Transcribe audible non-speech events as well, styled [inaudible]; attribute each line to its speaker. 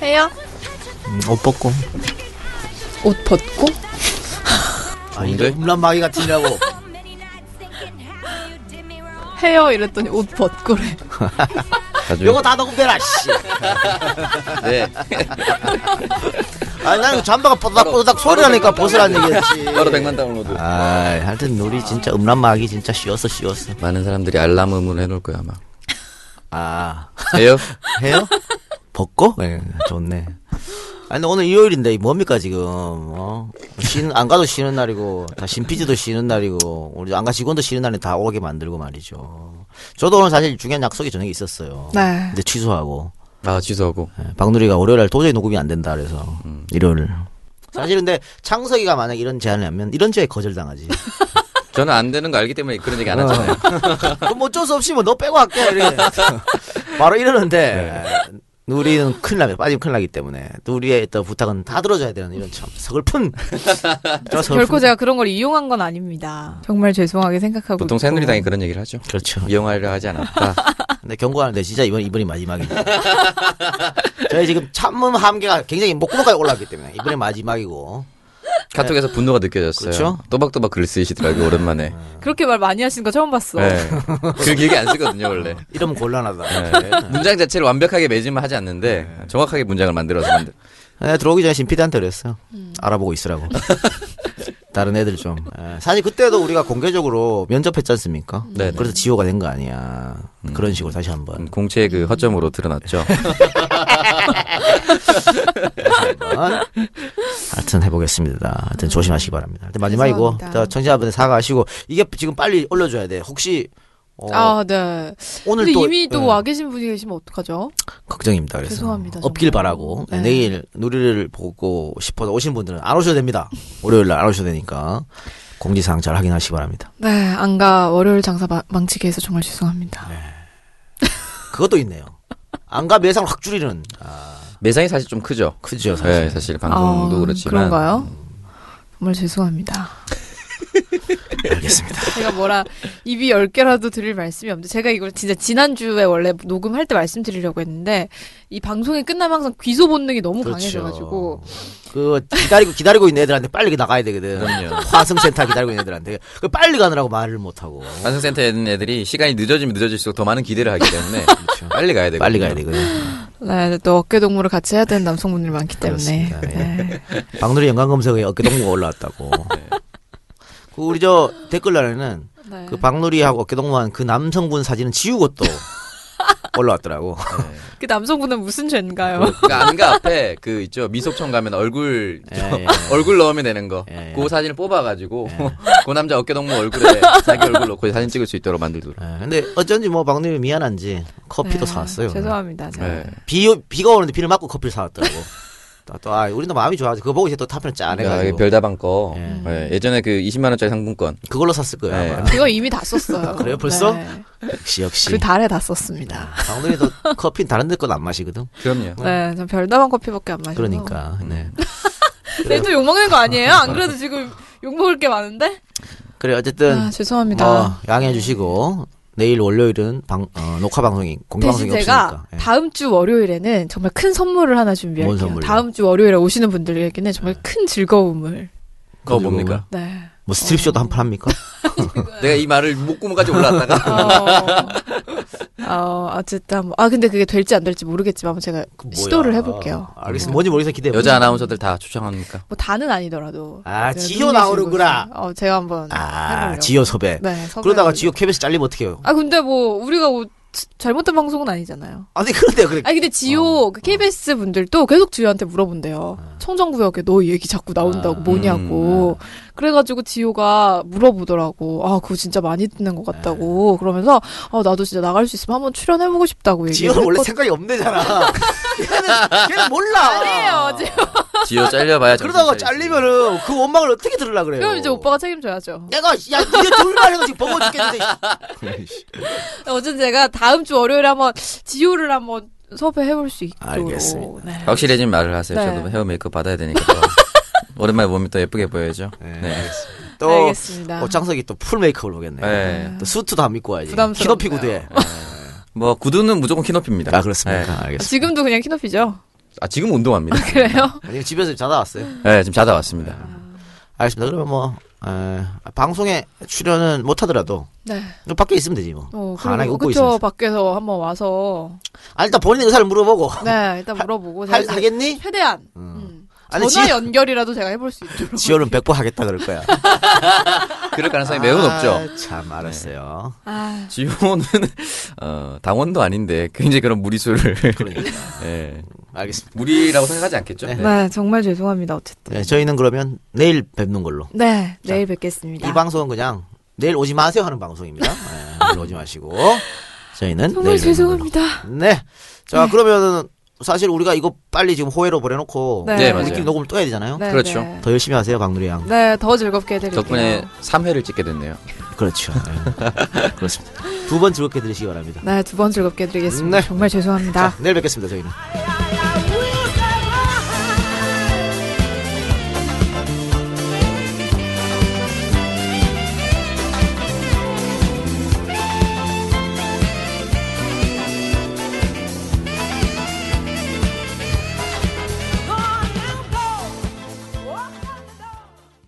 Speaker 1: 거예요?
Speaker 2: 음, 옷 벗고.
Speaker 3: 옷 벗고?
Speaker 2: 아닌데?
Speaker 4: 홈런 마귀
Speaker 2: [laughs]
Speaker 4: 같으냐고.
Speaker 3: 해요 이랬더니 옷 벗고래.
Speaker 5: 나중에
Speaker 4: 요거 다 녹음되라, 씨.
Speaker 5: 네.
Speaker 4: 아니, 난 잠바가 뽀닥뽀닥 소리라니까 벗으라는 얘기였지.
Speaker 5: 바로 100만 다운로드.
Speaker 2: 아, 하여튼 우리 진짜 음란마귀 진짜 쉬웠어, 쉬웠어.
Speaker 5: 많은 사람들이 알람음으로 해놓을 거야 아마.
Speaker 2: 아,
Speaker 5: 해요?
Speaker 2: 해요? 벗고? 네, 좋네. 아니, 근데 오늘 일요일인데, 뭡니까, 지금, 어? 쉬는, 안 가도 쉬는 날이고, 다 신피지도 쉬는 날이고, 우리 안가 직원도 쉬는 날에 다 오게 만들고 말이죠. 저도 오늘 사실 중요한 약속이 저녁에 있었어요.
Speaker 3: 네.
Speaker 2: 근데 취소하고.
Speaker 5: [laughs] 아 취소하고.
Speaker 2: 예, 박누리가 월요일 날 도저히 녹음이 안 된다 그래서 일요일 사실 근데 창석이가 만약 이런 제안을 하면 이런 죄에 거절당하지
Speaker 5: 저는 안 되는 거 알기 때문에 그런 얘기 안 하잖아요.
Speaker 2: 그럼 뭐 어쩔 수 없이 뭐 너 빼고 할게 이렇게 바로 이러는데 예, 누리는 큰일 납니다 빠지면 큰일 나기 때문에 누리의 어떤 부탁은 다 들어줘야 되는 이런 참 서글픈 정말 서글픈-
Speaker 1: 결코 제가 그런 걸 이용한 건 아닙니다.
Speaker 3: 정말 죄송하게 생각하고.
Speaker 5: [laughs] 보통
Speaker 3: 있고.
Speaker 5: 새누리당이 그런 얘기를 하죠.
Speaker 2: 그렇죠
Speaker 5: 이용하려 하지 않았다.
Speaker 2: 근데 경고하는데 진짜 이번 이번이 마지막이다 [laughs] 저희 지금 참음 함께가 굉장히 목구멍까지 올라왔기 때문에 이번이 마지막이고
Speaker 5: [laughs] 카톡에서 분노가 느껴졌어요.
Speaker 2: 그렇죠?
Speaker 5: 또박또박 글을 쓰시더라고요 오랜만에.
Speaker 1: 그렇게 말 많이 하시는 거 처음 봤어.
Speaker 5: 네. 글 길게 안 쓰거든요 [laughs] 원래.
Speaker 2: 이러면 곤란하다
Speaker 5: 네. 문장 자체를 완벽하게 매짐을 하지 않는데 정확하게 문장을 만들어서 만들.
Speaker 2: 네, 들어오기 전에 신피디한테 그랬어요.
Speaker 1: 음.
Speaker 2: 알아보고 있으라고. [laughs] 다른 애들 좀. 예, 사실 그때도 우리가 공개적으로 면접했지 않습니까?
Speaker 1: 음.
Speaker 5: 네네. 음.
Speaker 2: 그래서 지호가 된 거 아니야. 그런 식으로 다시 한번.
Speaker 5: 공채의 그 허점으로 드러났죠. 음.
Speaker 2: 한번. [laughs] 하여튼 해보겠습니다.
Speaker 1: 음.
Speaker 2: 하여튼 조심하시기 바랍니다. 하여튼 마지막이고,
Speaker 3: 죄송합니다.
Speaker 2: 자, 청취자분들 사과하시고, 이게 지금 빨리 올려줘야 돼. 혹시, 어,
Speaker 1: 아, 네.
Speaker 2: 오늘
Speaker 1: 근데
Speaker 2: 또.
Speaker 1: 이미 또
Speaker 2: 예,
Speaker 1: 와 계신 분이 계시면 어떡하죠?
Speaker 2: 걱정입니다. 그래서.
Speaker 1: 죄송합니다,
Speaker 2: 없길
Speaker 1: 정말.
Speaker 2: 바라고. 네,
Speaker 1: 네.
Speaker 2: 내일 누리를 보고 싶어서 오신 분들은 안 오셔도
Speaker 1: [laughs]
Speaker 2: 됩니다. 월요일 날 안 오셔도 되니까. 공지사항 잘 확인하시기 바랍니다.
Speaker 3: 네, 안가 월요일 장사 마- 망치게 해서 정말 죄송합니다.
Speaker 2: 그것도 있네요. 안가 매상 확 줄이는. 아,
Speaker 5: [laughs]
Speaker 2: 그렇죠.
Speaker 5: 매상이 사실 좀 크죠.
Speaker 2: 크죠, 사실.
Speaker 5: 네, 사실 방송도
Speaker 1: 어,
Speaker 3: 아,
Speaker 5: 그렇지만
Speaker 3: 그런가요?
Speaker 2: 음.
Speaker 3: 정말 죄송합니다.
Speaker 2: [laughs] 알겠습니다.
Speaker 1: [laughs] 제가 뭐라 입이 열 개라도 드릴 말씀이 없는데 제가 이걸 진짜 지난주에 원래 녹음할 때 말씀드리려고 했는데 이 방송이 끝나면 항상 귀소 본능이 너무
Speaker 2: 그렇죠.
Speaker 1: 강해져가지고
Speaker 2: 그, 기다리고, 기다리고 있는 애들한테 빨리 나가야 되거든.
Speaker 5: 그럼요.
Speaker 2: 화승센터 기다리고 있는 애들한테. 그 빨리 가느라고 말을 못하고.
Speaker 5: 반승센터에 있는 애들이 시간이 늦어지면 늦어질수록 더 많은 기대를 하기 [laughs] 때문에 그렇죠. 빨리 가야 되고
Speaker 2: 빨리 가야 되거든.
Speaker 3: 네, 또 어깨 동무를 같이 해야 되는 남성분들이 많기 때문에.
Speaker 2: 그렇습니다. 예.
Speaker 3: 네.
Speaker 2: 박누리 연관검색에 어깨동무가 올라왔다고.
Speaker 5: 네.
Speaker 2: 그 우리 저 댓글란에는
Speaker 1: 네.
Speaker 2: 그 박누리하고 어깨동무한 그 남성분 사진은 지우고 또 올라왔더라고.
Speaker 5: 네.
Speaker 1: 그 남성분은 무슨 죄인가요?
Speaker 5: 그러니까 안가 앞에 그 있죠 미속촌 가면 얼굴
Speaker 2: 예, 예.
Speaker 5: [laughs] 얼굴 넣으면 되는 거.
Speaker 2: 예, 예.
Speaker 5: 그 사진을 뽑아가지고 [laughs] 그 남자 어깨 동무 얼굴에 자기 얼굴 넣고 사진 찍을 수 있도록 만들도록.
Speaker 2: 예, 근데 어쩐지 뭐 박누리 미안한지 커피도
Speaker 1: 네,
Speaker 2: 사왔어요.
Speaker 1: 죄송합니다. 제가.
Speaker 5: 네.
Speaker 2: 비 비가 오는데 비를 맞고 커피를
Speaker 1: [laughs]
Speaker 2: 사왔더라고. 또, 또, 아, 우리도 마음이 좋아서 그거 보고 이제 또 타편
Speaker 5: 그러니까 이게
Speaker 2: 짠해가지고
Speaker 5: 별다방 거.
Speaker 2: 예.
Speaker 5: 예, 예전에 그 20만 원짜리 상품권.
Speaker 2: 그걸로 샀을 거예요.
Speaker 5: 네.
Speaker 2: 아마.
Speaker 3: 그거 이미 다 썼어요.
Speaker 2: [laughs] 그래요, 벌써?
Speaker 3: 네.
Speaker 2: 역시 역시.
Speaker 3: 그 달에 다 썼습니다.
Speaker 2: 강동이도
Speaker 1: [laughs]
Speaker 2: 커피 다른 데 건 안 마시거든.
Speaker 1: 아,
Speaker 5: 그럼요.
Speaker 3: 네, 전 별다방 커피밖에 안 마셔요.
Speaker 2: 그러니까. 네.
Speaker 1: 근데 또 욕먹는 거 아니에요? 안 그래도 지금 욕먹을 게 많은데?
Speaker 2: 그래 어쨌든
Speaker 3: 아, 죄송합니다.
Speaker 2: 뭐 양해해 주시고 내일 월요일은 방 어, 녹화 방송이 공개
Speaker 1: 대신
Speaker 2: 방송이
Speaker 1: 제가
Speaker 2: 없으니까. 예.
Speaker 1: 다음 주 월요일에는 정말 큰 선물을 하나 준비할게요.
Speaker 2: 뭔 선물이요? 네.
Speaker 1: 다음 주 월요일에 오시는 분들에게는 정말 큰 즐거움을.
Speaker 5: 그거 뭡니까?
Speaker 2: [laughs]
Speaker 1: 네.
Speaker 2: 뭐 스트립 쇼도 한 판 합니까?
Speaker 5: 내가 이 말을 목구멍까지 올라왔다가
Speaker 1: 어, 어, 어쨌든 한번- 아 근데 그게 될지 안 될지 모르겠지만 한번 제가 시도를
Speaker 2: 그 뭐야. 아,
Speaker 1: 해볼게요.
Speaker 2: 알겠습니다. 뭔지 모르겠어 기대해. 보세요.
Speaker 5: [laughs] 여자 아나운서들 다 추천합니까?
Speaker 1: 뭐 다는 아니더라도.
Speaker 2: 아,
Speaker 1: 제가
Speaker 2: 지효
Speaker 1: 눈여겨보고
Speaker 2: 나오는구나.
Speaker 1: 있어요. 어 제가 한번
Speaker 2: 아
Speaker 1: 해보려고.
Speaker 2: 지효 섭외.
Speaker 1: 네.
Speaker 2: 그러다가
Speaker 1: 섭외를.
Speaker 2: 지효 KBS 잘리면 어떡해요?
Speaker 1: 아 근데 뭐 우리가 뭐 지- 잘못된 방송은 아니잖아요.
Speaker 2: 아니 그런데 그래.
Speaker 1: 아니 근데
Speaker 2: 어.
Speaker 1: 지효 그 KBS 분들도 계속 지효한테 물어본대요. 청정구역에 너 얘기 자꾸 나온다고
Speaker 2: 아,
Speaker 1: 뭐냐고. 그래가지고 지효가 물어보더라고. 아 그거 진짜 많이 듣는 것
Speaker 2: 네.
Speaker 1: 같다고. 그러면서 아 나도 진짜 나갈 수 있으면 한번 출연해보고 싶다고 얘기를
Speaker 2: 지효는 원래
Speaker 1: 했거든요.
Speaker 2: 생각이 [laughs] 없네잖아. 걔는 걔는 몰라.
Speaker 1: 아니에요, 지효.
Speaker 5: 지효 잘려봐야 정신
Speaker 2: 아, 그러다가
Speaker 5: 차리지.
Speaker 2: 잘리면은 그 원망을 어떻게 들으려 그래요?
Speaker 1: 그럼 이제 오빠가 책임져야죠.
Speaker 2: 내가 야 니네 둘만 해서 지금 버거 죽겠는데.
Speaker 1: 어쨌든 제가 다음 주 월요일에 한번 지효를 한번 섭외해볼 수 있도록.
Speaker 2: 알겠습니다. 아,
Speaker 1: 네.
Speaker 5: 확실히 좀 말을 하세요.
Speaker 1: 네.
Speaker 5: 저도 헤어 메이크업 받아야 되니까.
Speaker 2: [laughs]
Speaker 5: 오랜만에 몸이 또 예쁘게 보여야죠.
Speaker 2: 네.
Speaker 5: 네.
Speaker 2: 또 어,
Speaker 1: 알겠습니다.
Speaker 2: 옷장석이 또 풀 메이크업을 보겠네.
Speaker 5: 네.
Speaker 2: 또 수트도 안 입고 와야지.
Speaker 1: 부담스럽네요.
Speaker 2: 키높이 구두에.
Speaker 5: 뭐 구두는 무조건 키높입니다.
Speaker 2: 아 그렇습니까?
Speaker 5: 네.
Speaker 2: 알겠습니다.
Speaker 1: 지금도 그냥 키높이죠.
Speaker 5: 아
Speaker 2: [laughs]
Speaker 5: 지금 운동합니다.
Speaker 2: 네.
Speaker 1: 그래요?
Speaker 2: 아니, 집에서 자다 왔어요.
Speaker 5: 네 지금 자다 왔습니다.
Speaker 2: 아. 알겠습니다. 그러면 뭐 에, 방송에 출연은 못하더라도
Speaker 1: 네.
Speaker 2: 밖에 있으면 되지 뭐.
Speaker 1: 어,
Speaker 2: 환하게
Speaker 1: 그리고
Speaker 2: 웃고
Speaker 1: 그쵸
Speaker 2: 있으면.
Speaker 1: 밖에서 한번 와서
Speaker 2: 아 일단 본인 의사를 물어보고
Speaker 1: 네 일단 물어보고
Speaker 2: 할,
Speaker 1: 제가
Speaker 2: 하겠니?
Speaker 1: 최대한 음.
Speaker 2: 아니
Speaker 1: 전화
Speaker 2: 지,
Speaker 1: 연결이라도 제가 해볼 수 있도록
Speaker 2: 지효는 100% 하겠다 그럴 거야.
Speaker 5: 그럴 가능성이 매우 높죠. 네.
Speaker 2: 아, 참 알았어요.
Speaker 1: 아,
Speaker 5: 지호는 [laughs] 어, 당원도 아닌데 굉장히
Speaker 2: [laughs]
Speaker 5: 그런 무리수를
Speaker 2: 그러니까
Speaker 5: 예.
Speaker 2: 알겠습니다.
Speaker 5: 무리라고 생각하지 않겠죠?
Speaker 2: 네.
Speaker 3: 네, 정말 죄송합니다. 어쨌든.
Speaker 2: 네, 저희는 그러면 내일 뵙는 걸로.
Speaker 3: 네, 내일 뵙겠습니다.
Speaker 2: 이 방송은 그냥 내일 오지 마세요 하는 방송입니다. 네, 내일 오지 마시고 저희는
Speaker 3: 정말
Speaker 2: 내일 뵙는
Speaker 3: 죄송합니다.
Speaker 2: 걸로. 네. 자 그러면은 사실 우리가 이거 빨리 지금 호해로 보내놓고
Speaker 3: 네. 네,
Speaker 5: 맞아요.
Speaker 2: 우리끼리 녹음을 또 해야 되잖아요.
Speaker 1: 네,
Speaker 5: 그렇죠.
Speaker 1: 네.
Speaker 2: 더 열심히 하세요 박누리 양.
Speaker 1: 네, 더 즐겁게 해드릴게요.
Speaker 5: 덕분에 3회를 찍게 됐네요.
Speaker 2: 그렇죠. 네.
Speaker 5: [laughs]
Speaker 2: [laughs] 그렇습니다. 두 번 즐겁게 들으시기 바랍니다.
Speaker 3: 네, 두 번 즐겁게 해드리겠습니다.
Speaker 2: 네.
Speaker 3: 정말 죄송합니다.
Speaker 2: 자, 내일 뵙겠습니다, 저희는.
Speaker 6: la la